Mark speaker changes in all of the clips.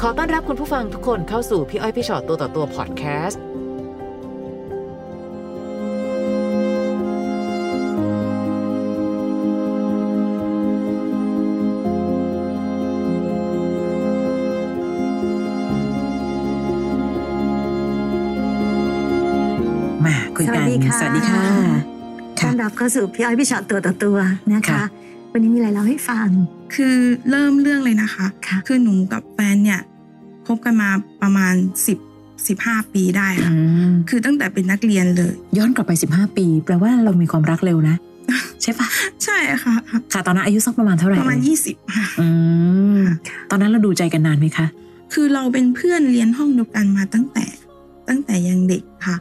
Speaker 1: ขอต้อนรับคุณผู้ฟังทุกคนเข้าสู่พี่อ้อยพี่ชอตตัวต่อตัวพอดแคสต์
Speaker 2: มาคุยกัน
Speaker 3: สวัสดีค่ะ
Speaker 2: สวัสดีค่ะ ค่ะ
Speaker 3: ต้อนรับเข้าสู่พี่อ้อยพี่ชอตตัวต่อตัวนะ
Speaker 2: ค่ะ
Speaker 3: คะ วันนี้มีอะไรเล่าให้ฟัง
Speaker 4: คือเริ่มเรื่องเลยนะคะ
Speaker 3: ค่ะ
Speaker 4: อหนูกับแฟนเนี่ยคบกันมาประมาณ 10 15 ปีได้ค่ะ คือตั้งแต่เป็นนักเรียนเลย
Speaker 2: ย้อนกลับไป 15 ปี แปลว่าเรามีความรักเร็ว นะ ใช่ปะ
Speaker 4: ใช่ค่ะ
Speaker 2: ค่ะตอนนั้นอายุสักประมาณเท่าไหร่
Speaker 4: ประมาณ
Speaker 2: เอ่ย
Speaker 4: 20ค่ะ
Speaker 2: อืมตอนนั้นเราดูใจกันนานไหมคะ
Speaker 4: คือเราเป็นเพื่อนเรียนห้องเดียวกันมาตั้งแต่ตั้งแต่ยังเด็กค่ะ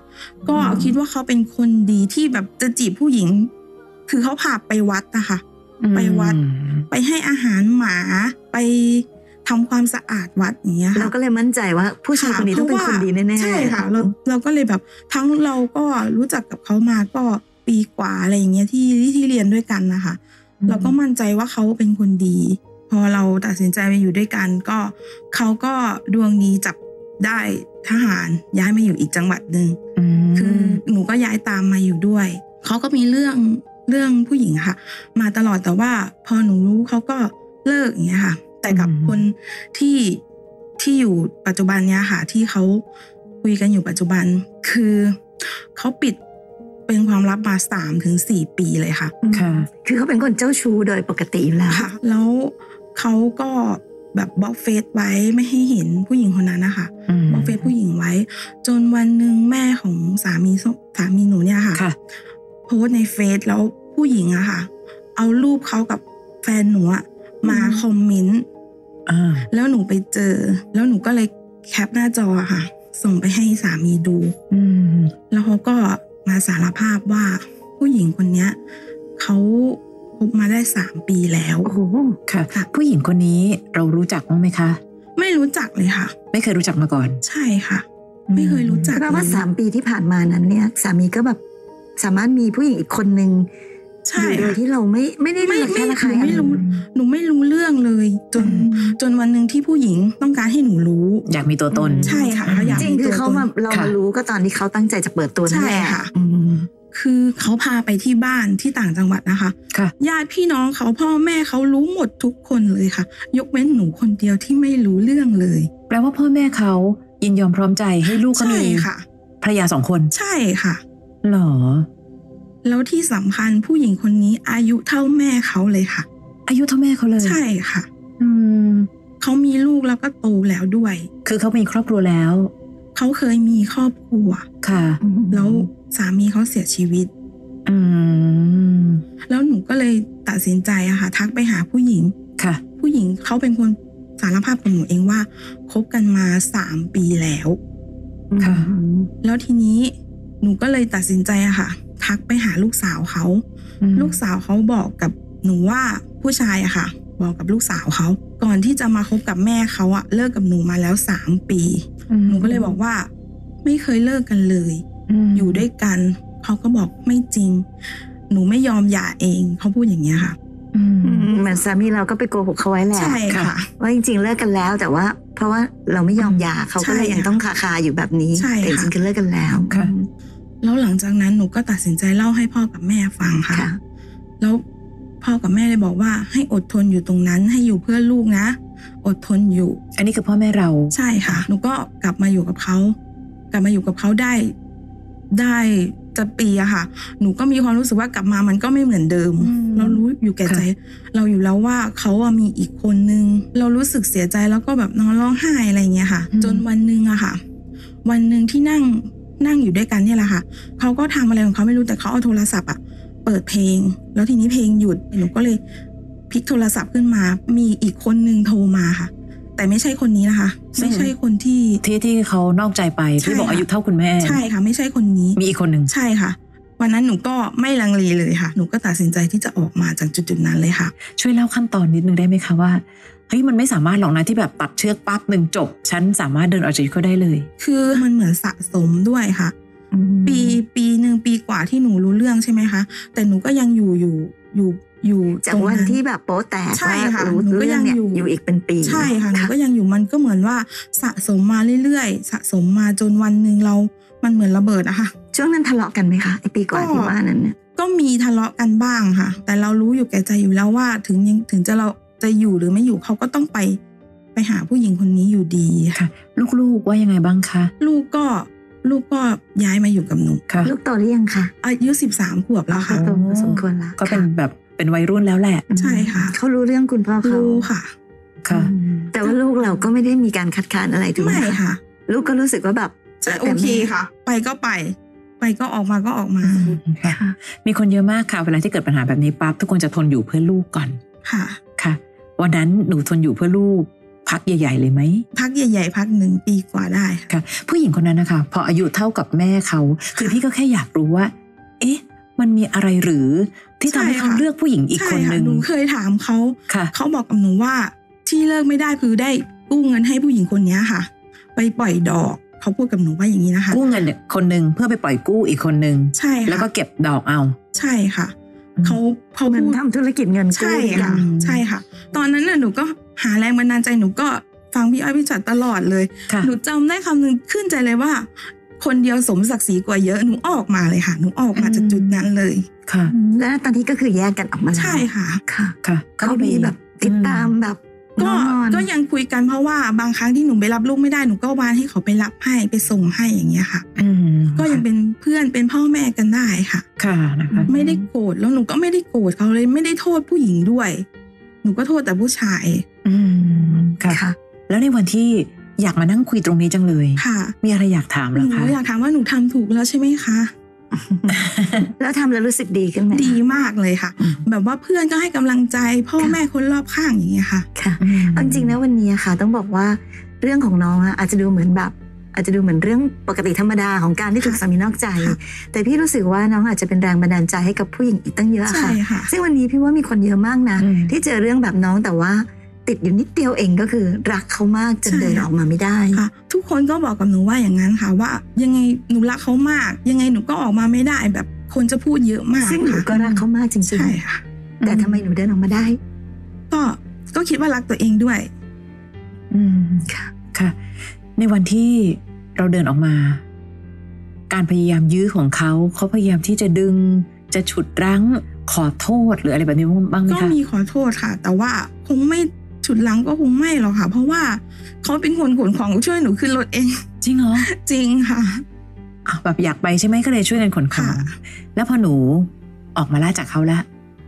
Speaker 4: ก็คิดว่าเขาเป็นคนดีที่แบบจะจีบผู้หญิง คือเขาพาไปวัดนะคะ ไปวัด
Speaker 2: อืม
Speaker 4: ไปให้อาหารหมาไปทำความสะอาดวัดอย่างเงี้ยค่ะ
Speaker 3: เราก็เลยมั่นใจว่าผู้ชายคนนี้ต้องเป็นคนดีแน่ๆ
Speaker 4: ใช่ค่ะเราเราก็เลยแบบทั้งเราก็รู้จักกับเขามาก็ปีกว่าอะไรอย่างเงี้ยที่ที่เรียนด้วยกันนะคะ เราก็มั่นใจว่าเขาเป็นคนดี พอเราตัดสินใจมาอยู่ด้วยกันก็เขาก็ดวงดีจับได้ทหารย้ายมาอยู่อีกจังหวัดหนึ่ง
Speaker 2: อืม
Speaker 4: คือหนูก็ย้ายตามมาอยู่ด้วยเขาก็มีเรื่องเรื่องผู้หญิงอะค่ะ มาตลอดแต่ว่าพอหนูรู้เขาก็เลิกอย่างเงี้ยค่ะ แต่กับคนที่ที่อยู่ปัจจุบันเนี้ยค่ะที่เขาคุยกันอยู่ปัจจุบัน คือเขาปิดเป็นความลับมาสามถึงสี่ปีเลยค่ะ
Speaker 3: อืม
Speaker 2: ค่ะ
Speaker 3: คือเขาเป็นคนเจ้าชู้โดยปกติอยู่แล้ว
Speaker 4: ค่ะ แล้วเขาก็แบบบล็อกเฟซไว้ไม่ให้เห็นผู้หญิงคนนั้นนะคะ
Speaker 2: อืม
Speaker 4: บล็อกเฟซผู้หญิงไว้ จนวันหนึ่งแม่ของสามีส้มสามีหนูเนี่ยค่ะ
Speaker 2: ค่ะ
Speaker 4: โพสต์ในเฟซแล้วผู้หญิงอะค่ะ เอารูปเขากับแฟนหนูอะมา
Speaker 3: อืม
Speaker 4: คอมเมนต์
Speaker 2: อ่า
Speaker 4: แล้วหนูไปเจอ แล้วหนูก็เลยแคปหน้าจออะค่ะ ส่งไปให้สามีดู
Speaker 2: อืม
Speaker 4: แล้วเขาก็มาสารภาพว่าผู้หญิงคนเนี้ยเขาคบมาได้สามปีแล้ว
Speaker 3: โอ้โห
Speaker 2: ค่ะ
Speaker 4: ค่ะ
Speaker 2: ผู้หญิงคนนี้เรารู้จักบ้างไหมคะ
Speaker 4: ไม่รู้จักเลยค่ะ
Speaker 2: ไม่เคยรู้จักมาก่อน
Speaker 4: ใช่ค่ะ ไม่เคยรู้จัก
Speaker 3: แปลว่า
Speaker 4: เลย
Speaker 3: สามปีที่ผ่านมานั้นเนี่ย สามีก็แบบสามารถมีผู้หญิงอีกคนนึง
Speaker 4: ใช่
Speaker 3: อยู่โด
Speaker 4: ค่ะ
Speaker 3: ยที่เราไม่ไม่ได้
Speaker 4: ไม่
Speaker 3: เลือก
Speaker 4: ไม่
Speaker 3: แค่ละใคร
Speaker 4: ไม่รู้ หนูไม่รู้เรื่องเลย จนจนวันหนึ่งที่ผู้หญิงต้องการให้หนูรู้
Speaker 2: อยากมีตัวตน
Speaker 4: ใช่ค่ะเขาอยาก
Speaker 3: จริงๆคือเขามาเรา
Speaker 2: ค่ะ
Speaker 3: มารู้ก็ตอนที่เขาตั้งใจจะเปิดตัวนั่น
Speaker 4: ใช่
Speaker 3: แหละ
Speaker 4: ค่ะ
Speaker 2: อืม
Speaker 4: คือเขาพาไปที่บ้านที่ต่างจังหวัดนะคะ
Speaker 2: ค่ะ
Speaker 4: ญาติพี่น้องเขาพ่อแม่เขารู้หมดทุกคนเลยค่ะ ยกเว้นหนูคนเดียวที่ไม่รู้เรื่องเลย
Speaker 2: แปลว่าพ่อแม่เขายินยอมพร้อมใจให้ลูกเขา
Speaker 4: ใช่
Speaker 2: มี
Speaker 4: ค่ะ
Speaker 2: ภรรยาสองคน
Speaker 4: ใช่ค่ะ
Speaker 2: เหรอ
Speaker 4: แล้วที่สำคัญผู้หญิงคนนี้อายุเท่าแม่เขาเลยค่ะ
Speaker 2: อายุเท่าแม่เขาเลย
Speaker 4: ใช่ค่ะ
Speaker 2: อืม
Speaker 4: เขามีลูกแล้วก็โตแล้วด้วย
Speaker 2: คือเขามีครอบครัวแล้ว
Speaker 4: เขาเคยมีครอบครัว
Speaker 2: ค่ะ
Speaker 3: อืม
Speaker 4: แล้วสามีเขาเสียชีวิต
Speaker 2: อืม
Speaker 4: แล้วหนูก็เลยตัดสินใจอะค่ะ ทักไปหาผู้หญิง
Speaker 2: ค่ะ
Speaker 4: ผู้หญิงเขาเป็นคนสารภาพกับหนูเองว่าคบกันมาสามปีแล้ว
Speaker 2: ค่ะ
Speaker 4: แล้วทีนี้หนูก็เลยตัดสินใจอะค่ะ ทักไปหาลูกสาวเขา
Speaker 2: อืม
Speaker 4: ลูกสาวเขาบอกกับหนูว่าผู้ชายอะค่ะ บอกกับลูกสาวเขา ก่อนที่จะมาคบกับแม่เขาอะเลิกกับหนูมาแล้วสามปี หนูก็เลยบอกว่า ไม่เคยเลิกกันเลย
Speaker 2: ม
Speaker 4: อยู่ด้วยกัน เขาก็บอกไม่จริง หนูไม่ยอมหย่าเองเขาพูดอย่างเงี้ยค่ะ
Speaker 2: อืม
Speaker 3: อืมเหมือนสามีเราก็ไปโกหกเขาไว้แหละ
Speaker 4: ใช่
Speaker 2: ค่ะ
Speaker 4: ค่ะ
Speaker 3: ว่าจริงๆเลิกกันแล้ว แต่ว่า เพราะว่าเราไม่ยอมหย่าเขาก็เลยยังต้องคาคาๆอยู่แบบนี้
Speaker 4: ใช่ค่ะ
Speaker 3: แต่จริงๆคือเลิกกันแล้ว
Speaker 2: ค่ะ
Speaker 4: แล้วหลังจากนั้นหนูก็ตัดสินใจเล่าให้พ่อกับแม่ฟังค่ะ
Speaker 3: ค่ะ
Speaker 4: แล้วพ่อกับแม่เลยบอกว่าให้อดทนอยู่ตรงนั้นให้อยู่เพื่อลูกนะ อดทนอยู่
Speaker 2: อันนี้คือพ่อแม่เรา
Speaker 4: ใช่ค่ะ หนูก็กลับมาอยู่กับเขากลับมาอยู่กับเขาได้ ได้จะปีอะค่ะ หนูก็มีความรู้สึกว่ากลับมามันก็ไม่เหมือนเดิม
Speaker 2: อืม
Speaker 4: เรารู้อยู่แก่ใจ เราอยู่แล้วว่าเขาอะมีอีกคนนึง เรารู้สึกเสียใจแล้วก็แบบนอนร้องไห้อะไรอย่างเงี้ยค่ะ
Speaker 2: อืม
Speaker 4: จนวันหนึ่งอะค่ะ วันหนึ่งที่นั่งนั่งอยู่ด้วยกันเนี่ยแหละค่ะ เขาก็ทำอะไรของเขาไม่รู้แต่เขาเอาโทรศัพท์อะเปิดเพลง แล้วทีนี้เพลงหยุดหนูก็เลยพลิกโทรศัพท์ขึ้นมา มีอีกคนนึงโทรมาค่ะ แต่ไม่ใช่คนนี้นะคะ ไม่ใช่คนที่
Speaker 2: ที่ที่เขานอกใจไป
Speaker 4: ใช่
Speaker 2: ที่บอก
Speaker 4: ค่ะ
Speaker 2: อายุเท่าคุณแม่
Speaker 4: ใช่ค่ะ ไม่ใช่คนนี้
Speaker 2: มีอีกคนหนึ่ง
Speaker 4: ใช่ค่ะ วันนั้นหนูก็ไม่ลังเลเลยค่ะ หนูก็ตัดสินใจที่จะออกมาจากจุดๆนั้นเลยค่ะ
Speaker 2: ช่วยเล่าขั้นตอนนิดนึงได้ไหมคะว่าเฮ้ยมันไม่สามารถหรอกนะที่แบบตัดเชือกปั๊บหนึ่งจบ ฉันสามารถเดินออกจากชีวิตเขาได้เลย
Speaker 4: คือมันเหมือนสะสมด้วยค่ะ ปีปีหนึ่งปีกว่าที่หนูรู้เรื่องใช่ไหมคะ แต่หนูก็ยังอยู่อยู่อยู่ อยู่
Speaker 3: จาก
Speaker 4: ตรง
Speaker 3: วัน
Speaker 4: นั้น
Speaker 3: ที่แบบโป๊แตก
Speaker 4: ใช่
Speaker 3: ว่า
Speaker 4: ค่ะ
Speaker 3: รู้
Speaker 4: หนูก็
Speaker 3: เรื่องเนี่ย
Speaker 4: ยังอยู่
Speaker 3: อยู่อีกเป็นปี
Speaker 4: ใช่ค่ะหนู
Speaker 3: ค่ะ
Speaker 4: ก็ยังอยู่มันก็เหมือนว่าสะสมมาเรื่อยๆ สะสมมาจนวันหนึ่งเรา มันเหมือนระเบิดอะค่ะ
Speaker 3: ช่วงนั้นทะเลาะกันไหมคะไอปีก่อน
Speaker 4: ก็
Speaker 3: ที่ว่านั้นเนี่ย
Speaker 4: ก็มีทะเลาะกันบ้างค่ะ แต่เรารู้อยู่แก่ใจอยู่แล้วว่าถึงยังถึงจะเราจะอยู่หรือไม่อยู่เขาก็ต้องไปไปหาผู้หญิงคนนี้อยู่ดีค่ะ
Speaker 2: ค่ะ ลูกๆว่ายังไงบ้างคะ
Speaker 4: ลูกก็ลูกก็ย้ายมาอยู่กับหนู
Speaker 2: ค่ะ
Speaker 3: ลูกโตหรือยังคะ
Speaker 4: อายุสิบสามขวบแล้วค่ะ
Speaker 3: โตพอสมควรละ
Speaker 2: ก็เป็น
Speaker 3: ค่ะ
Speaker 2: แบบเป็นวัยรุ่นแล้วแหละ
Speaker 4: ใช่ค่ะ
Speaker 3: เขารู้เรื่องคุณพ่อเขา
Speaker 4: รู้ค่ะ
Speaker 2: ค่ะ
Speaker 3: อืมแต่ว่าลูกเราก็ไม่ได้มีการคัดค้านอะไรถูกไหม
Speaker 4: ไม่
Speaker 3: คะ
Speaker 4: ค่ะ
Speaker 3: ลูกก็รู้สึกว่าแบบ
Speaker 4: จะโอ
Speaker 3: แต่
Speaker 4: เค
Speaker 3: แม่
Speaker 4: ค่ะ ไปก็ไป ไปก็ออกมาก็ออกมา
Speaker 3: อืม
Speaker 2: ค่ะ
Speaker 3: ค่ะ
Speaker 2: มีคนเยอะมากค่ะ เวลาที่เกิดปัญหาแบบนี้ปั๊บทุกคนจะทนอยู่เพื่อลูกก่อน
Speaker 4: ค่ะ
Speaker 2: ค่ะ วันนั้นหนูทนอยู่เพื่อลูก พักใหญ่ ๆ เลยไหม
Speaker 4: พักใหญ่ ๆ พักหนึ่งปีกว่าได้ค่ะ
Speaker 2: ค่ะผู้หญิงคนนั้นนะคะพออายุเท่ากับแม่เขา คือพี่ก็แค่อยากรู้ว่า เอ๊ะ มันมีอะไรหรือที่ทำให้เขา
Speaker 4: ใช่ค่ะ
Speaker 2: เลือกผู้หญิงอีก
Speaker 4: ใช่
Speaker 2: คน
Speaker 4: ค่ะ
Speaker 2: นึง
Speaker 4: หนูเคยถามเขา
Speaker 2: ค่ะ
Speaker 4: เขาบอกกับหนูว่าที่เลิกไม่ได้คือได้กู้เงินให้ผู้หญิงคนเนี้ยค่ะ ไปปล่อยดอกเขาพูดกับหนูว่าอย่างนี้นะคะ
Speaker 2: กู้เงินคนหนึ่งเพื่อไปปล่อยกู้อีกคนนึง
Speaker 4: ใช่ค่ะ
Speaker 2: แล้วก็เก็บดอกเอา
Speaker 4: ใช่ค่ะ
Speaker 2: อืม
Speaker 4: เขาเขา
Speaker 3: เหมือน
Speaker 4: พูด
Speaker 3: ทำธุรกิจเงินกู้
Speaker 4: ใช่
Speaker 3: ด้วยกั
Speaker 4: ค่ะ
Speaker 3: น
Speaker 4: ใช่ค่ะ ตอนนั้นน่ะหนูก็หาแรงบันดาลใจหนูก็ฟังพี่อ้อยพี่จัดตลอดเลย
Speaker 2: ค่ะ
Speaker 4: หนูจำได้คำหนึงขึ้นใจเลยว่า คนเดียวสมศักดิ์ศรีกว่าเยอะหนูออกมาเลยค่ะ หนูออกมาจากจุดนั้นเลย
Speaker 2: ค่ะ
Speaker 3: แล้วตอนนี้ก็คือแยกกันออกมาแล้ว
Speaker 4: ใช่ค่ะ
Speaker 3: ค่ะ
Speaker 2: ค่ะก็
Speaker 3: เขา
Speaker 2: ไป
Speaker 3: มีแบบติดตาม
Speaker 2: อื
Speaker 3: แบบ
Speaker 4: ก็
Speaker 3: นอน
Speaker 4: ก็ยังคุยกันเพราะว่าบางครั้งที่หนูไปรับลูกไม่ได้หนูก็วานให้เขาไปรับให้ไปส่งให้อย่างเงี้ยค่ะ
Speaker 2: อืม
Speaker 4: ก็ยังเป็นเพื่อนเป็นพ่อแม่กันได้ค่ะ
Speaker 2: ค่ะนะคะ
Speaker 4: ไม่ได้โกรธแล้วหนูก็ไม่ได้โกรธเขาเลยไม่ได้โทษผู้หญิงด้วย หนูก็โทษแต่ผู้ชาย
Speaker 2: อืมค่ะ
Speaker 3: ค่ะ
Speaker 2: แล้วในวันที่อยากมานั่งคุยตรงนี้จังเลย
Speaker 4: ค่ะ
Speaker 2: มีอะไรอยากถาม
Speaker 4: ห
Speaker 2: เหร
Speaker 4: นู
Speaker 2: อคะ
Speaker 4: อยากถามว่าหนูทำถูกแล้วใช่ไหมคะ
Speaker 3: แล้วทำแล้วรู้สึกดีขึ้นไหม
Speaker 4: ดีมากเลยค่ะ
Speaker 3: อืม
Speaker 4: แบบว่าเพื่อนก็ให้กำลังใจ พ่อ
Speaker 3: ค่ะ
Speaker 4: แม่คนรอบข้างอย่างเงี้ยค่ะ
Speaker 3: ค่ะ
Speaker 2: อืม
Speaker 3: เอาจริงๆนะวันนี้ค่ะ ต้องบอกว่าเรื่องของน้องอะอาจจะดูเหมือนแบบ อาจจะดูเหมือนเรื่องปกติธรรมดาของการที่ถูก
Speaker 4: ค่ะ
Speaker 3: สามีนอกใจ
Speaker 4: ค่ะ
Speaker 3: แต่พี่รู้สึกว่าน้องอาจจะเป็นแรงบันดาลใจให้กับผู้หญิงอีกตั้งเยอะ
Speaker 4: ใช่
Speaker 3: ค่ะ
Speaker 4: ค่ะ
Speaker 3: ซึ่งวันนี้พี่ว่ามีคนเยอะมากนะ
Speaker 2: อืม
Speaker 3: ที่เจอเรื่องแบบน้องแต่ว่าติดอยู่นิดเดียวเองก็คือ รักเขามากจน
Speaker 4: ใช่
Speaker 3: เดินออกมาไม่ได้
Speaker 4: ค่ะ ทุกคนก็บอกกับหนูว่าอย่างนั้นค่ะ ว่ายังไงหนูรักเขามาก ยังไงหนูก็ออกมาไม่ได้ แบบคนจะพูดเยอะมาก
Speaker 3: ซึ่งหนูก็
Speaker 4: ค่ะ
Speaker 3: รักเขามากจริง
Speaker 4: ใช่ค่ะ
Speaker 3: ๆ แต่ทำไมหนูเดินออกมาได้
Speaker 4: ก็ก็คิดว่ารักตัวเองด้วย
Speaker 2: อืม
Speaker 3: ค่ะ
Speaker 2: ค่ะ ในวันที่เราเดินออกมา การพยายามยื้อของเขาเขาพยายามที่จะดึง จะฉุดรั้งขอโทษหรืออะไรแบบนี้บ้างไหม
Speaker 4: ก็
Speaker 2: คะ
Speaker 4: มีขอโทษค่ะ แต่ว่าคงไม่ฉุดหลังก็คงไม่หรอกค่ะ เพราะว่าเขาเป็นคนขนของช่วยหนูขึ้นรถเอง
Speaker 2: จริงเหรอ
Speaker 4: จริงค่ะ
Speaker 2: อ้าวแบบอยากไปใช่ไหมก็เลยช่วยกันขนของ
Speaker 4: ค่ะ
Speaker 2: แล้วพอหนูออกมาล่าจากเขาละ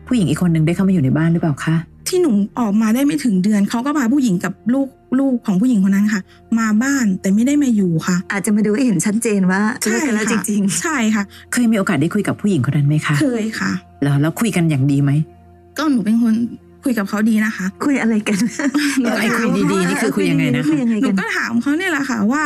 Speaker 2: ผู้หญิงอีกคนนึงได้เข้ามาอยู่ในบ้านหรือเปล่าคะ
Speaker 4: ที่หนูออกมาได้ไม่ถึงเดือนเขาก็พาผู้หญิงกับลูกลูกของผู้หญิงคนนั้นค่ะ มาบ้านแต่ไม่ได้มาอยู่ค่ะ
Speaker 3: อาจจะมาดูให้เห็นชัดเจนว่าเลิกกันแล้วจริง
Speaker 4: ใช่ค่ะ
Speaker 2: เคยมีโอกาสได้คุยกับผู้หญิงคนนั้นไหมคะ
Speaker 4: เคยค่ะ
Speaker 2: แล้วแล้วคุยกันอย่างดีไหม
Speaker 4: ก็หนูเป็นคนคุยกับเขาดีนะคะ
Speaker 3: ๆ คุยอะไร กัน
Speaker 4: เออไอ้คุย
Speaker 2: ดีๆนี่คือคุยยังไงนะคะ
Speaker 3: คุยยังไง
Speaker 4: หนู
Speaker 3: กัน
Speaker 4: ก็ถามเขาเนี่ยแหละค่ะว่า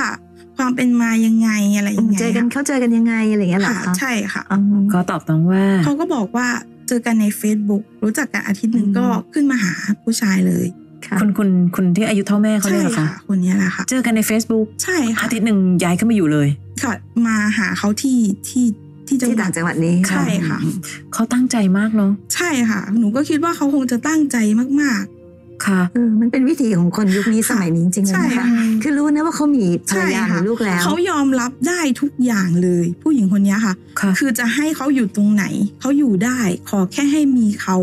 Speaker 4: ความเป็นมายังไงอะไรยังไง
Speaker 3: เจอกันเขาเจอกันยังไงอะไรอย่างเงี้ยเหรอ
Speaker 4: ค่ะ
Speaker 3: คะ
Speaker 4: ใช่ค่ะ
Speaker 3: อ๋อ
Speaker 2: ก็ตอบน้องว่า
Speaker 4: เขาก็บอกว่าเจอกันใน Facebook รู้จักกันอาทิตย์หนึ่ง
Speaker 3: อืม
Speaker 4: ก็ขึ้นมาหาผู้ชายเลย
Speaker 3: ค่ะ
Speaker 2: คุณคุณคุณที่อายุเท่าแม่เขาเนี่ย
Speaker 4: ใช่
Speaker 2: เหรอ
Speaker 4: ค่ะ
Speaker 2: คะ
Speaker 4: คนเนี้ยแหละค่ะ
Speaker 2: เจอกันใน Facebook
Speaker 4: ใช่ค่ะ
Speaker 2: อาทิตย์หนึ่งย้ายขึ้นมาอยู่เลย
Speaker 4: ก็มาหาเขาที่ที่ที่จัง
Speaker 3: ที่
Speaker 4: หวั
Speaker 3: ต่า
Speaker 4: ด
Speaker 3: งจังหวัดนี้
Speaker 4: ใช่ค่ะ
Speaker 2: เขาตั้งใจมากเนาะ
Speaker 4: ใช่ค่ะ หนูก็คิดว่าเขาคงจะตั้งใจมาก
Speaker 2: ค่ะ
Speaker 3: เออมันเป็นวิธีของคนยุคนี้สมัยนี้จริงๆเล
Speaker 4: ๆ
Speaker 3: ย
Speaker 4: ใช่
Speaker 3: นะคะ
Speaker 4: ค่ะ
Speaker 3: คือรู้นะว่าเขามีภรรยา
Speaker 4: ใช่ค่ะ
Speaker 3: มีลูกแล้ว
Speaker 4: เขายอมรับได้ทุกอย่างเลย ผู้หญิงคนเนี้ยค่ะ
Speaker 2: ค่ะ
Speaker 4: คือจะให้เขาอยู่ตรงไหน เขาอยู่ได้ ขอแค่ให้มีเขา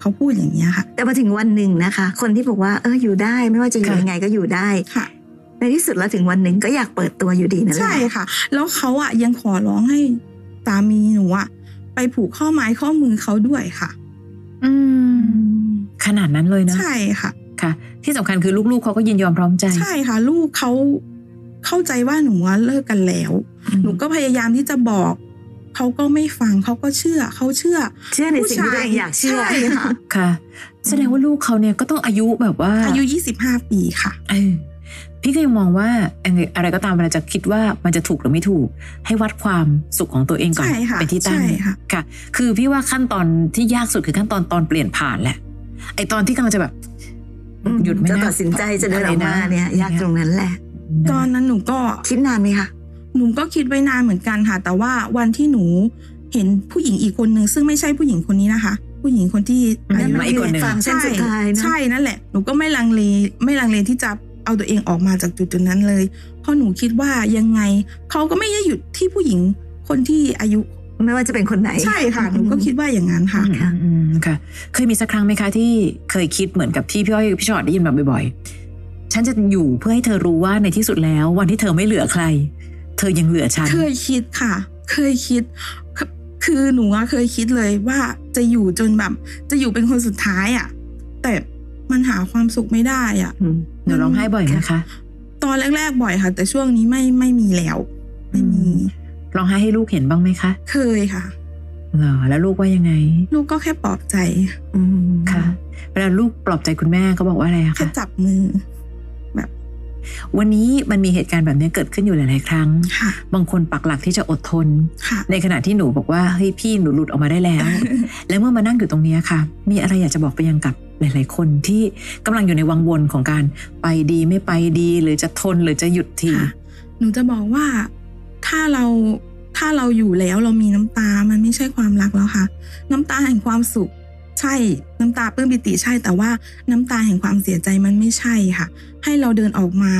Speaker 4: เขาพูดอย่างเนี้ยค่ะ
Speaker 3: แต่พอถึงวันหนึ่งนะคะ คนที่บอกว่าเอออยู่ได้ไม่ว่าจะอยู่
Speaker 2: ค่ะ
Speaker 3: ยังไงก็อยู่ได้
Speaker 4: ค่ะ
Speaker 3: ในที่สุดแล้วถึงวันหนึ่งก็อยากเปิดตัวอยู่ดีนั่นแหละ
Speaker 4: ใช่ค่ะ แล้วเขาอ่ะยังขอร้องให้สามีหนูอ่ะไปผูกข้อไม้ข้อมือเขาด้วยค่ะ
Speaker 2: อืม
Speaker 3: อืม
Speaker 2: ขนาดนั้นเลยนะ
Speaker 4: ใช่ค่ะ
Speaker 2: ค่ะ ที่สำคัญคือลูกๆเขาก็ยินยอมพร้อมใจ
Speaker 4: ใช่ค่ะ ลูกเขาเข้าใจว่าหนูว่าเลิกกันแล้ว หนูก็พยายามที่จะบอกเขาก็ไม่ฟังเขาก็เชื่อเขาเชื่อ
Speaker 3: เชื่อในสิ่งที่ตัวเองอยากเชื่อ
Speaker 4: ใช่
Speaker 3: ค่ะ
Speaker 2: ค่ะ แสดงว่าลูกเขาเนี่ยก็ต้องอายุแบบว่า
Speaker 4: อายุ 25 ปีค่ะ
Speaker 2: เออพี่ก็ยังมองว่าอะไรอะไรก็ตามเวลาจะคิดว่ามันจะถูกหรือไม่ถูก ให้วัดความสุขของตัวเองก่อน
Speaker 4: ใช่ค่ะ
Speaker 2: เป็นที่ตั้ง
Speaker 4: ใช่ค่ะ
Speaker 2: ค่ะ คือพี่ว่าขั้นตอนที่ยากสุดคือขั้นตอนตอนเปลี่ยนผ่านแหละ ไอตอนที่กำลังจะแบบ
Speaker 3: อืม
Speaker 2: หยุดไม่
Speaker 3: จะ
Speaker 2: ได้
Speaker 3: ตัดสินใจจะเดินออกมาเนี่ยยากตรงนั้นแหละ
Speaker 4: ตอนนั้นหนูก็
Speaker 3: คิดนานไหมคะ
Speaker 4: หนูก็คิดไว้นานเหมือนกันค่ะ แต่ว่าวันที่หนูเห็นผู้หญิงอีกคนนึงซึ่งไม่ใช่ผู้หญิงคนนี้นะคะ ผู้หญิงคนที่
Speaker 2: อืม
Speaker 4: นั่น
Speaker 2: มาอีกคนหนึ่ง
Speaker 3: ฟังเส้นสุดท้ายนะ
Speaker 4: ใช่นั่นแหละหนูก็ไม่ลังเลไม่ลังเลที่จะเอาตัวเองออกมาจากจุดจุดนั้นเลย เพราะหนูคิดว่ายังไงเขาก็ไม่ได้หยุดที่ผู้หญิงคนที่อายุ
Speaker 3: ไม่ว่าจะเป็นคนไหน
Speaker 4: ใช่ค่ะหนูก็คิดว่าอย่างนั้นค่ะ
Speaker 2: อืมอืมอืมค่ะ เคยมีสักครั้งไหมคะที่เคยคิดเหมือนกับที่พี่อ้อยพี่ชอตได้ยินมาบ่อยๆ ฉันจะอยู่เพื่อให้เธอรู้ว่าในที่สุดแล้ว วันที่เธอไม่เหลือใคร เธอยังเหลือฉัน
Speaker 4: เคยคิดค่ะ เคยคิด คือหนูอะเคยคิดเลยว่าจะอยู่จนแบบ จะอยู่เป็นคนสุดท้ายอะแต่มันหาความสุขไม่ได้อะ
Speaker 3: อืม
Speaker 2: หนูร้องไห้บ่อยไหมคะ
Speaker 4: ตอนแรก ๆ บ่อยค่ะ แต่ช่วงนี้ไม่ไม่มีแล้ว ไม่มี
Speaker 2: อืม ร้องไห้ให้ลูกเห็นบ้างไหมคะ
Speaker 4: เคยค่ะ
Speaker 2: เหรอแล้วลูกว่ายังไง
Speaker 4: ลูกก็แค่ปลอบใจ
Speaker 3: อืม
Speaker 2: ค่ะ เวลาลูกปลอบใจคุณแม่เขาบอกว่าอะไรอะ
Speaker 4: แค่
Speaker 2: คะ
Speaker 4: จับมือ
Speaker 2: วันนี้มันมีเหตุการณ์แบบนี้เกิดขึ้นอยู่หลายๆครั้ง
Speaker 4: ค่ะ
Speaker 2: บางคนปักหลักที่จะอดทน
Speaker 4: ค่ะ
Speaker 2: ในขณะที่หนูบอกว่าเฮ้ยพี่หนูหลุดออกมาได้แล้ว และเมื่อมานั่งอยู่ตรงเนี้ยค่ะ มีอะไรอยากจะบอกไปยังกับหลาย ๆ คนที่กำลังอยู่ในวังวนของการไปดีไม่ไปดี หรือจะทนหรือจะหยุดที
Speaker 4: ค่ะหนูจะบอกว่าถ้าเราถ้าเราอยู่แล้วเรามีน้ำตา มันไม่ใช่ความรักแล้วค่ะ น้ำตาแห่งความสุข ใช่น้ำตาปลื้มปิติใช่ แต่ว่าน้ำตาแห่งความเสียใจมันไม่ใช่ค่ะ ให้เราเดินออกมา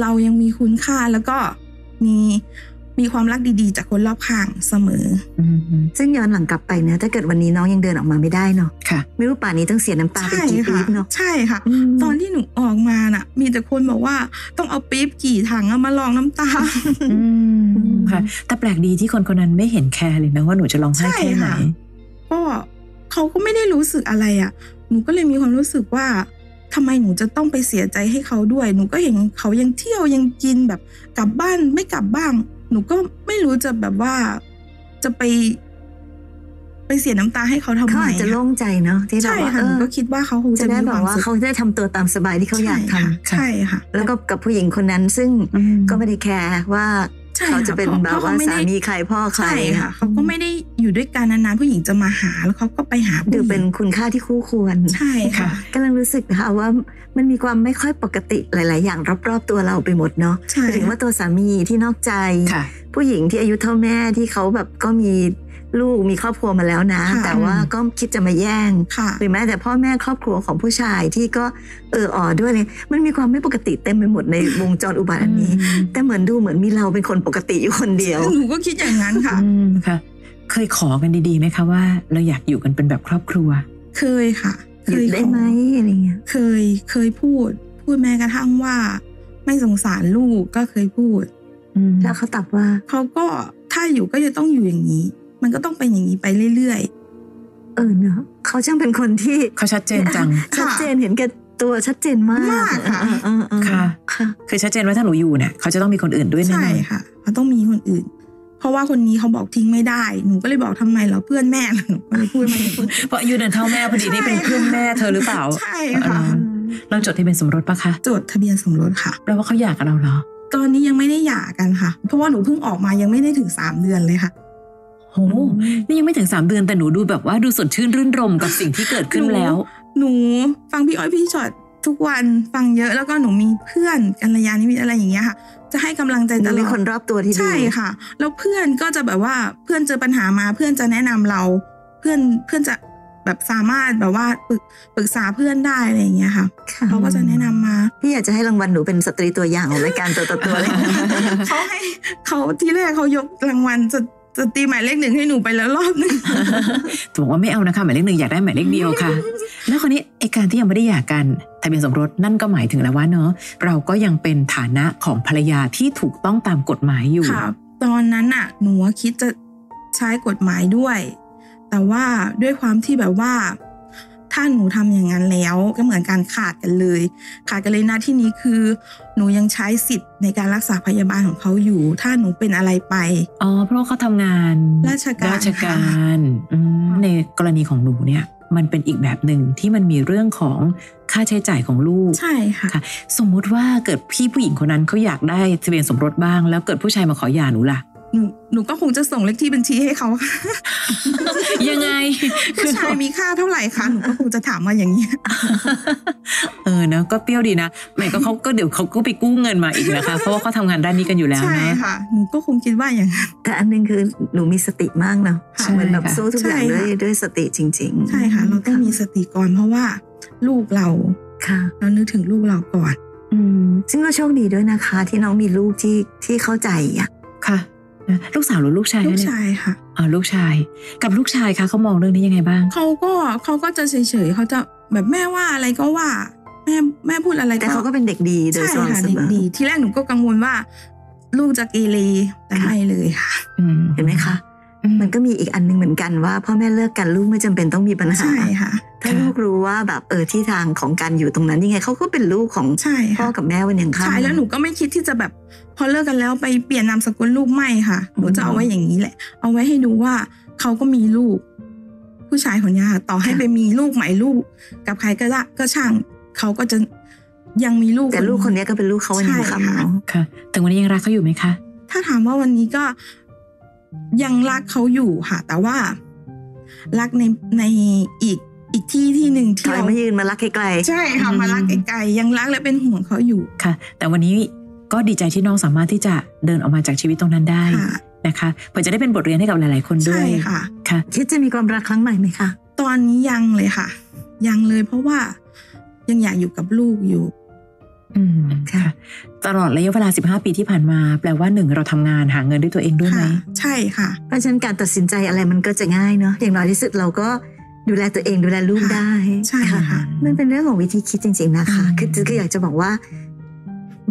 Speaker 4: เรายังมีคุณค่าแล้วก็มีมีความรักดีๆ จากคนรอบข้างเสมอ
Speaker 2: อืม
Speaker 3: ซึ่งย้อนหลังกลับไปเนะถ้าเกิดวันนี้น้องยังเดินออกมาไม่ได้เนาะ
Speaker 2: ค่ะ
Speaker 3: ไม่รู้ป่านนี้ต้องเสียน้ำตาไป
Speaker 4: ใช่
Speaker 3: กี่ปี
Speaker 4: ค่ะ
Speaker 3: บเนาะ
Speaker 4: ใช่ค่ะ
Speaker 3: ม
Speaker 4: ตอนที่หนูออกมาน่ะ มีแต่คนบอกว่าต้องเอาปี๊บกี่ถังอะมาลองน้ำตา
Speaker 2: อืมค่ะ แต่แปลกดีที่คนคนนั้นไม่เห็นแคร์เลยนะว่าหนูจะร้องไห้แค่ไหน
Speaker 4: ใช่ค่ะ ก็เขาก็ไม่ได้รู้สึกอะไรอะ่ะ หนูก็เลยมีความรู้สึกว่าทำไมหนูจะต้องไปเสียใจให้เขาด้วย หนูก็เห็นเขายังเที่ยวยังกินแบบกลับบ้านไม่กลับบ้าง หนูก็ไม่รู้จะแบบว่าจะไป ไปเสียน้ำตาให้เขาทำไม
Speaker 3: เขาอาจจะโล่งใจเนาะที่เรา
Speaker 4: ใช่
Speaker 3: ว่า
Speaker 4: ค่ะ
Speaker 3: เอ
Speaker 4: หนู
Speaker 3: อ
Speaker 4: ก็คิดว่าเขาคง
Speaker 3: จะ
Speaker 4: จะ
Speaker 3: ได้แบ
Speaker 4: มีควา
Speaker 3: บ
Speaker 4: ม
Speaker 3: ว่า
Speaker 4: สุข
Speaker 3: เขาได้ทำตัวตามสบายที่เขาอยากทำ
Speaker 4: ใช่ค่ะใช่ค่ะ
Speaker 3: แล้วก็กับผู้หญิงคนนั้นซึ่ง
Speaker 2: อืม
Speaker 3: ก็ไม่ได้แคร์ว่า
Speaker 4: ใช่ค่
Speaker 3: เขาจะเป็นแบบ
Speaker 4: พระ
Speaker 3: ว่า
Speaker 4: เขไม่
Speaker 3: สา
Speaker 4: ได้
Speaker 3: มีใครพ่อใคร
Speaker 4: ใช่ค่ะเขาก็ไม่ได้อยู่ด้วยกันนานๆผู้หญิงจะมาหาแล้วเขาก็ไปหาผู้ห
Speaker 3: ดู
Speaker 4: ญิง
Speaker 3: เป็นคุณค่าที่คู่ควร
Speaker 4: ใช่ค่ะ
Speaker 3: กำลังรู้สึกนะคะว่ามันมีความไม่ค่อยปกติหลาย ๆ อย่างรอบ ๆ ตัวเราไปหมดเนาะ
Speaker 4: ใช่
Speaker 3: ถึงว่าตัวสามีที่นอกใจ
Speaker 2: ค่ะ
Speaker 3: ผู้หญิงที่อายุเท่าแม่ที่เขาแบบก็มีลูกมีครอบครัวมาแล้วนะ
Speaker 4: ค่ะ
Speaker 3: แต่ว่าก็คิดจะมาแย่ง
Speaker 4: ค่ะ
Speaker 3: หรือแม้แต่พ่อแม่ครอบครัวของผู้ชายที่ก็เอออ่อด้วยเลย มันมีความไม่ปกติเต็มไปหมดในวงจรอุบัติอันนี้ แต่เหมือนดูเหมือนมีเราเป็นคนปกติอยู่คนเดียว
Speaker 4: หนูก็คิดอย่างนั้นค่ะ
Speaker 2: อืมค่ะ เคยขอกันดีๆไหมคะว่า เราอยากอยู่กันเป็นแบบครอบครัว
Speaker 4: เคยค่ะ
Speaker 3: ห
Speaker 4: เค
Speaker 3: ยุด
Speaker 4: ย
Speaker 3: ได้
Speaker 4: ขอ
Speaker 3: ไหมอะไรเงี้ย
Speaker 4: เคย เคยพูด พูดแม้กระทั่งว่า ไม่สงสารลูกก็เคยพูด
Speaker 2: อืม
Speaker 3: แล้วเขาตอบว่า
Speaker 4: เขาก็ถ้าอยู่ก็จะต้องอยู่อย่างนี้ มันก็ต้องเป็นอย่างนี้ไปเรื่อย
Speaker 3: เออเนาะเขาช่างเป็นคนที่
Speaker 2: เขาชัดเจนจัง
Speaker 4: ค่ะ
Speaker 3: ชัดเจนเห็นแก่ตัวชัดเจนมาก
Speaker 4: มากค่ะ
Speaker 3: เออเออเออ
Speaker 2: ค่ะ
Speaker 3: ค่ะ
Speaker 2: คือชัดเจนว่าถ้าหนูอยู่เนี่ยเขาจะต้องมีคนอื่นด้วย
Speaker 4: ๆ
Speaker 2: แน่
Speaker 4: ใช่
Speaker 2: นอน
Speaker 4: ค่ะมันต้องมีคนอื่น เพราะว่าคนนี้เขาบอกทิ้งไม่ได้ หนูก็เลยบอกทำไมเหราเพื่อนแม่เหรอหนูก็เลยพูดมาอย่างนี้
Speaker 2: เพราะอายูเดินเท่าแม่พอดีนี่เป็น
Speaker 4: ใช่ค่ะ
Speaker 2: เพื่อนแม่เธอหรือเปล่า
Speaker 4: ใช่ค่ะ
Speaker 2: อืม เราจดทะเบียนสมรสปะคะ
Speaker 4: จดทะเบียนสมรสค่ะ
Speaker 2: แปลว่าเขาอยากกับเราเหรอ
Speaker 4: ตอนนี้ยังไม่ได้หย่ากันค่ะ เพราะว่าหนูเพิ่งออกมายังไม่ได้ถึงสามเดือนเลยค่ะ
Speaker 2: โหนี่ยังไม่ถึงสามเดือนแต่หนูดูแบบว่าดูสดชื่นรื่นรมกับสิ่งที่เกิดขึ้นแล้ว
Speaker 4: หนูฟังพี่อ้อยพี่ชอตทุกวันฟังเยอะแล้วก็หนูมีเพื่อนกัลยาณมิตรอะไรอย่างเงี้ยค่ะ จะให้กำลังใจต
Speaker 3: จะ
Speaker 4: ล
Speaker 3: มี
Speaker 4: อด
Speaker 3: คนรอบตัวที่ดี
Speaker 4: ใช่ค่ะ แล้วเพื่อนก็จะแบบว่าเพื่อนเจอปัญหามาเพื่อนจะแนะนำเรา เพื่อนเพื่อนจะแบบสามารถแบบว่าปรึกปรึกษาเพื่อนได้อะไรอย่างเงี้ยค่ะ
Speaker 3: ค่ะ
Speaker 4: เขาก็จะแนะนำ มา
Speaker 3: พี่อยากจะให้รางวัลหนูเป็นสตรีตัว อย่างของรายการตัวต่อตัวเลย
Speaker 4: เขาให้เขาที่แรกเขายกรางวัลจะจะตีหมายเลขหนึ่งให้หนูไปแล้วรอบหนึง
Speaker 2: แต่บอกว่าไม่เอานะคะหมายเลขหนึ่งอยากได้หมายเลขเดียว ค่ะ แล้วคราวนี้ไอการที่ยังไม่ได้หย่ากันทะเบียนสมรสนั่นก็หมายถึงแล้วว่าเนอะเราก็ยังเป็นฐานะของภรรยาที่ถูกต้องตามกฎหมายอยู่
Speaker 4: ค่ะตอนนั้นน่ะ หนูคิดจะใช้กฎหมายด้วย แต่ว่าด้วยความที่แบบว่า ถ้าหนูทำอย่างนั้นแล้วก็เหมือนการขาดกันเลย ขาดกันเลยหน้าที่นี้คือ หนูยังใช้สิทธิ์ในการรักษาพยาบาลของเขาอยู่ ถ้าหนูเป็นอะไรไป
Speaker 2: อ๋อเพราะว่าเขาทำงาน
Speaker 4: ราชการ
Speaker 2: ราชการอืมในกรณีของหนูเนี่ย มันเป็นอีกแบบหนึ่งที่มันมีเรื่องของค่าใช้จ่ายของลูก
Speaker 4: ใช่ค่ะ
Speaker 2: ค่ะ สมมุติว่าเกิดพี่ผู้หญิงคนนั้นเขาอยากได้ทะเบียนสมรสบ้าง แล้วเกิดผู้ชายมาขอหย่าหนูล่ะ
Speaker 4: หนูหนูก็คงจะส่งเลขที่บัญชีให้ เขาค่ะ
Speaker 5: ยังไง
Speaker 4: ผู้ชายมีค่าเท่าไหร่คะหนูก็คงจะถามมาอย่างนี้ย
Speaker 2: เออนะก็เปรี้ยวดีนะแหม่ก็เขา ก็เดี๋ยวเขาก็ไปกู้เงินมาอีกนะคะ เพราะว่าเขาทำงานด้านนี้กันอยู่แล้ว
Speaker 4: ใช่
Speaker 2: นะ
Speaker 4: ค่ะ หนูก็คงคิดว่าอย่างนั้น
Speaker 3: แต่อันหนึงคือหนูมีสติมากเนาะ
Speaker 2: ใช่
Speaker 3: เหมือนแบบ
Speaker 2: ค่ะ
Speaker 3: สู้ทุกอย่างด้
Speaker 4: ใช่ค่ะ
Speaker 3: วยด้วยสติจริง ๆ
Speaker 4: ใช่ค่ะ เราต้องมีสติก่อนเพราะว่า ลูกเรา
Speaker 3: ค่ะ
Speaker 4: เรานึกถึงลูกเราก่อน
Speaker 2: อืม
Speaker 3: ซึ่งก็โชคดีด้วยนะคะ ที่น้องมีลูกที่ที่เข้าใจอ่ะ
Speaker 2: ค่ะนะลูกสาวหรือลูกชาย
Speaker 4: ลู
Speaker 2: นะ
Speaker 4: ก
Speaker 2: เนี่ย
Speaker 4: ชายค่ะ
Speaker 2: อ๋อลูกชาย กับลูกชายคะเขามองเรื่องนี้ยังไงบ้าง
Speaker 4: เขาก็เขาก็จะเฉยๆเขาจะแบบแม่ว่าอะไรก็ว่า แม่แม่พูดอะไร
Speaker 3: แต่เขาก็เป็นเด็กดีโดย
Speaker 4: ใช่
Speaker 3: สม่ำ
Speaker 4: ค่ะ
Speaker 3: เส
Speaker 4: เด็ก
Speaker 3: มอ
Speaker 4: ดีที่แรกหนูก็กังวลว่า ลูกจะเกเรแต่
Speaker 3: ค่ะ
Speaker 4: ไม่เลยค่ะ
Speaker 2: อืม
Speaker 3: เห็นไหมคะ
Speaker 2: อืม
Speaker 3: มันก็มีอีกอันหนึงเหมือนกันว่าพ่อแม่เลิกกันลูกไม่จำเป็นต้องมีปัญหา
Speaker 4: ใช่ค่ะ
Speaker 3: ถ้า
Speaker 2: ค่ะ
Speaker 3: ลูกรู้ว่าแบบเออที่ทางของการอยู่ตรงนั้นยังไงเขาก็เป็นลูกของ
Speaker 4: ใช่
Speaker 3: พ่อ
Speaker 4: ค่ะ
Speaker 3: กับแม่วันอย่างค่ำ
Speaker 4: ใช่แล้วหนูก็ไม่คิดที่จะแบบ พอเลิกกันแล้วไปเปลี่ยนนามสกุลลูกไม่ค่ะ หนูจะเอาไว้อย่างนี้แหละ เอาไว้ให้ดูว่าเขาก็มีลูก ผู้ชายคนเนี้ยค่ะต่อให้
Speaker 3: ค่ะ
Speaker 4: ไปมีลูกใหม่ลูก กับใครก็ได้ก็ช่างเขาก็จะยังมีลูก
Speaker 3: แต่ลูกคนเนี้ยก็เป็นลูกเขาวันอย่าง
Speaker 4: ใช่
Speaker 3: ค่ำ
Speaker 4: ค่ะ
Speaker 3: เนาะ
Speaker 2: ค่ะถึงวันนี้ยังรักเขาอยู่ไหมคะ
Speaker 4: ถ้าถามว่าวันนี้ก็ยังรักเขาอยู่ค่ะ แต่ว่า รักในในอีกอีกที่ที่หนึ่ง
Speaker 3: ถ
Speaker 4: ที่
Speaker 3: อย
Speaker 4: เรา
Speaker 3: มายืนมารักไกล
Speaker 4: ใช่ค่ะมารักไกลๆยังรักและเป็นห่วงเขาอยู่
Speaker 2: ค่ะ แต่วันนี้ก็ดีใจที่น้องสามารถที่จะเดินออกมาจากชีวิตตรงนั้นได้
Speaker 4: ค่ะ
Speaker 2: นะคะเพื่อจะได้เป็นบทเรียนให้กับหลาย ๆ คนด้ว
Speaker 4: ใช่
Speaker 2: ย
Speaker 4: ค่ะ
Speaker 2: ค่ะ
Speaker 3: ๆคิดจะมีความรักครั้งใหม่ไหมคะ
Speaker 4: ตอนนี้ยังเลยค่ะ ยังเลยเพราะว่ายังอยากอยู่กับลูกอยู่
Speaker 2: อืมค่ะ ตลอดระยะเวลา 15 ปีที่ผ่านมา แปลว่าหนึ่งเราทำงานหาเงินด้วยตัวเองด้วยไหม
Speaker 4: ค่ะ ใช่ค่ะ
Speaker 3: เพราะฉะนั้นการตัดสินใจอะไรมันก็จะง่ายเนาะอย่างน้อยที่สุดเราก็ดูแลตัวเองดูแลลูก
Speaker 4: ค่ะ
Speaker 3: ได้
Speaker 4: ใช่ค่ะ
Speaker 3: มันเป็นเรื่องของวิธีคิดจริง ๆ นะคะ
Speaker 2: อืม
Speaker 3: คือคืออยากจะบอกว่า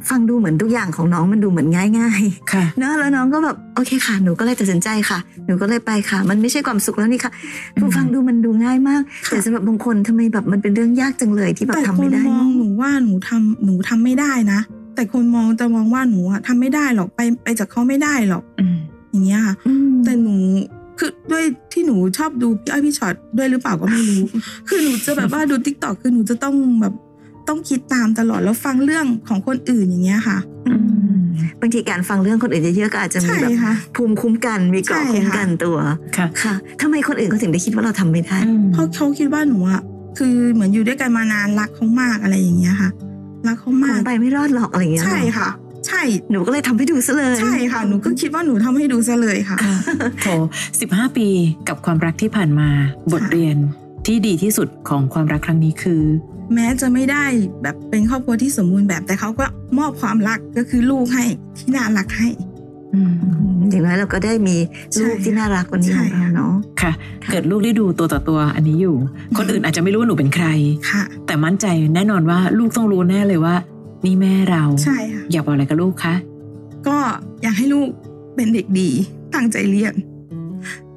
Speaker 3: ฟังดูเหมือนทุกอย่างของน้องมันดูเหมือนง่าย
Speaker 2: ค่ะ
Speaker 3: ๆเนอะแล้วน้องก็แบบโอเคค่ะ หนูก็เลยตัดสินใจค่ะ หนูก็เลยไปค่ะ มันไม่ใช่ความสุขแล้วนี่ค่ะ
Speaker 2: อืม
Speaker 3: ฟังดูมันดูง่ายมาก
Speaker 4: ค่ะ
Speaker 3: แต่สำหรับบางคนทำไมแบบมันเป็นเรื่องยากจังเลยที่แบบ
Speaker 4: แต่
Speaker 3: ทำ
Speaker 4: ค
Speaker 3: ไม่
Speaker 4: น
Speaker 3: ได้
Speaker 4: มอง
Speaker 3: เนาะ
Speaker 4: หนูว่าหนูทำหนูทำไม่ได้นะแต่คนมองจะมองว่าหนูอะทำไม่ได้หรอกไปไปจากเขาไม่ได้หรอก
Speaker 2: อืม
Speaker 4: อย่างเงี้ยค่ะ
Speaker 3: อืม
Speaker 4: แต่หนูคือด้วยที่หนูชอบดูพี่อ้อยพี่ช็อตด้วยหรือเปล่าก็ไม่ รู้ คือหนูจะแบบว่าดูทิกตอกคือหนูจะต้องแบบต้องคิดตามตลอดแล้วฟังเรื่องของคนอื่นอย่างเงี้ยค่ะ
Speaker 3: บางทีการฟังเรื่องคนอื่นเยอะๆก็อาจจะมี
Speaker 4: ใช่
Speaker 3: แบบ
Speaker 4: ค่ะ
Speaker 3: ภูมิคุ้มกันมีเกราะ
Speaker 4: ใช่ค่ะ
Speaker 3: คุ้มกันตัว
Speaker 2: ค่ะ
Speaker 3: ค่ะทำไมคนอื่นเขาถึงได้คิดว่าเราทำไม่ได้
Speaker 4: เพราะเขาคิดว่าหนูอะคือเหมือนอยู่ด้วยกันมานานรักเขามากอะไรอย่างเงี้ยค่ะ รักเขา
Speaker 3: ค
Speaker 4: มาก
Speaker 3: งไปไม่รอดหรอกอะไรอย่างเงี้ย
Speaker 4: ใช่
Speaker 3: เหรอ
Speaker 4: ค่ะ ใช่
Speaker 3: หนูก็เลยทำให้ดูซะเลย
Speaker 4: ใช่ค่ะ หนูก็คิดว่าหนูทำให้ดูซะเลยค่ะ
Speaker 2: ค่ะโถสิบห้าปีกับความรักที่ผ่านมา บทเรียนที่ดีที่สุดของความรักครั้งนี้คือ
Speaker 4: แม้จะไม่ได้แบบเป็นครอบครัวที่สมบูรณ์แบบแต่เขาก็มอบความรักก็คือลูกให้ที่น่ารักให้
Speaker 2: อืม
Speaker 3: อย่างน้อยเราก็ได้มีลูก
Speaker 4: ใช่
Speaker 3: ที่น่ารักคนนี้
Speaker 4: ใช่
Speaker 3: ของเราเนาะ
Speaker 2: ค่ะ เกิดลูกได้ดูตัวต่อตัวอันนี้อยู่ คนอื่นอาจจะไม่รู้ว่าหนูเป็นใคร
Speaker 4: ค่ะ
Speaker 2: แต่มั่นใจแน่นอนว่าลูกต้องรู้แน่เลยว่า นี่แม่เรา
Speaker 4: ใช่ค่ะ
Speaker 2: อยากบอกอะไรกับลูกคะ
Speaker 4: ก็อยากให้ลูกเป็นเด็กดีตั้งใจเรียน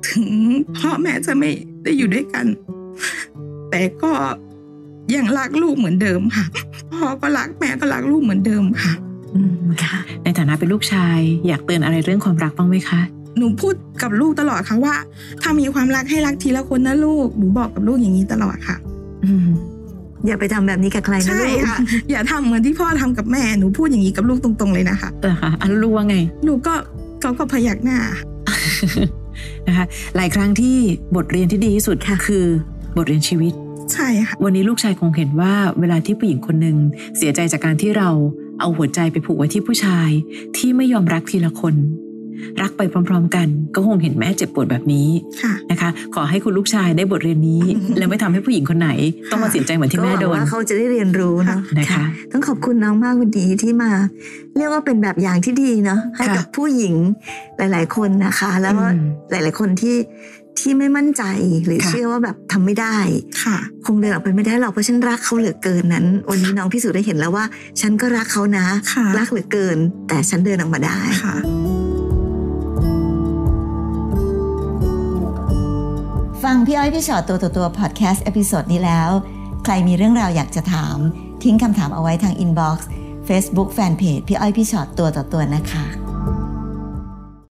Speaker 4: ถึงพ่อแม่จะไม่ได้อยู่ด้วยกัน แต่ก็ยังรักลูกเหมือนเดิมค่ะ พ่อก็รักแม่ก็รักลูกเหมือนเดิมค่ะ
Speaker 2: อืม
Speaker 3: ค่ะ
Speaker 2: ในฐานะเป็นลูกชาย อยากเตือนอะไรเรื่องความรักบ้างไหมคะ
Speaker 4: หนูพูดกับลูกตลอดค่ะว่า ถ้ามีความรักให้รักทีละคนนะลูกหนูบอกกับลูกอย่างนี้ตลอดค่ะ
Speaker 2: อืม
Speaker 3: อย่าไปทำแบบนี้กับใครนะ
Speaker 4: ใช่
Speaker 3: ลูก
Speaker 4: ค่ะ อย่าทำเหมือนที่พ่อทำกับแม่หนูพูดอย่างนี้กับลูกตรงๆเลยนะคะ
Speaker 2: เออค่ะอันรู้ว่าไง
Speaker 4: ลูกก็เขาก็พยักหน้า
Speaker 2: นะคะ หลายครั้งที่บทเรียนที่ดีที่สุด
Speaker 3: ค่ะ
Speaker 2: คือบทเรียนชีวิต
Speaker 4: ใช่ค่ะ
Speaker 2: วันนี้ลูกชายคงเห็นว่าเวลาที่ผู้หญิงคนหนึ่งเสียใจจากการที่เราเอาหัวใจไปผูกไว้ที่ผู้ชาย ที่ไม่ยอมรักทีละคน รักไปพร้อม ๆ กัน ก็คงเห็นแม่เจ็บปวดแบบนี้
Speaker 4: ค่ะ
Speaker 2: นะคะ ขอให้คุณลูกชายได้บทเรียน นี้ และไม่ทำให้ผู้หญิงคนไหน ต้องมาเสียใจเหมือนที่
Speaker 3: ก็
Speaker 2: แม่
Speaker 3: หวัง
Speaker 2: โดน
Speaker 3: ว่าเขาจะได้เรียนรู้เนาะ
Speaker 2: นะคะ
Speaker 3: ค่ะ ต้องขอบคุณน้องมากวันนี้ที่มา เรียกว่าเป็นแบบอย่างที่ดีเนาะให้
Speaker 2: ค่ะ
Speaker 3: กับผู้หญิงหลาย ๆ คนนะคะ แล้วก็
Speaker 2: อืม
Speaker 3: หลาย ๆ คนที่ที่ไม่มั่นใจหรือ
Speaker 2: ค่ะ
Speaker 3: เชื่อว่าแบบทำไม่ได้
Speaker 4: ค่ะ
Speaker 3: คงเดินออกไปไม่ได้หรอกเพราะฉันรักเขาเหลือเกินนั้น วันนี้น้องพิสูจน์ได้เห็นแล้วว่า ฉันก็รักเขานะ
Speaker 4: ค่ะ
Speaker 3: รักเหลือเกิน แต่ฉันเดินออกมาได้
Speaker 4: ค่ะ
Speaker 6: ฟังพี่อ้อยพี่ชอตตัวต่อตัวพอดแคสต์เอพิโซดนี้แล้ว ใครมีเรื่องราวอยากจะถาม ทิ้งคำถามเอาไว้ทางอินบ็อกซ์เฟซบุ๊กแฟนเพจพี่อ้อยพี่ชอตตัวต่อตัวนะคะ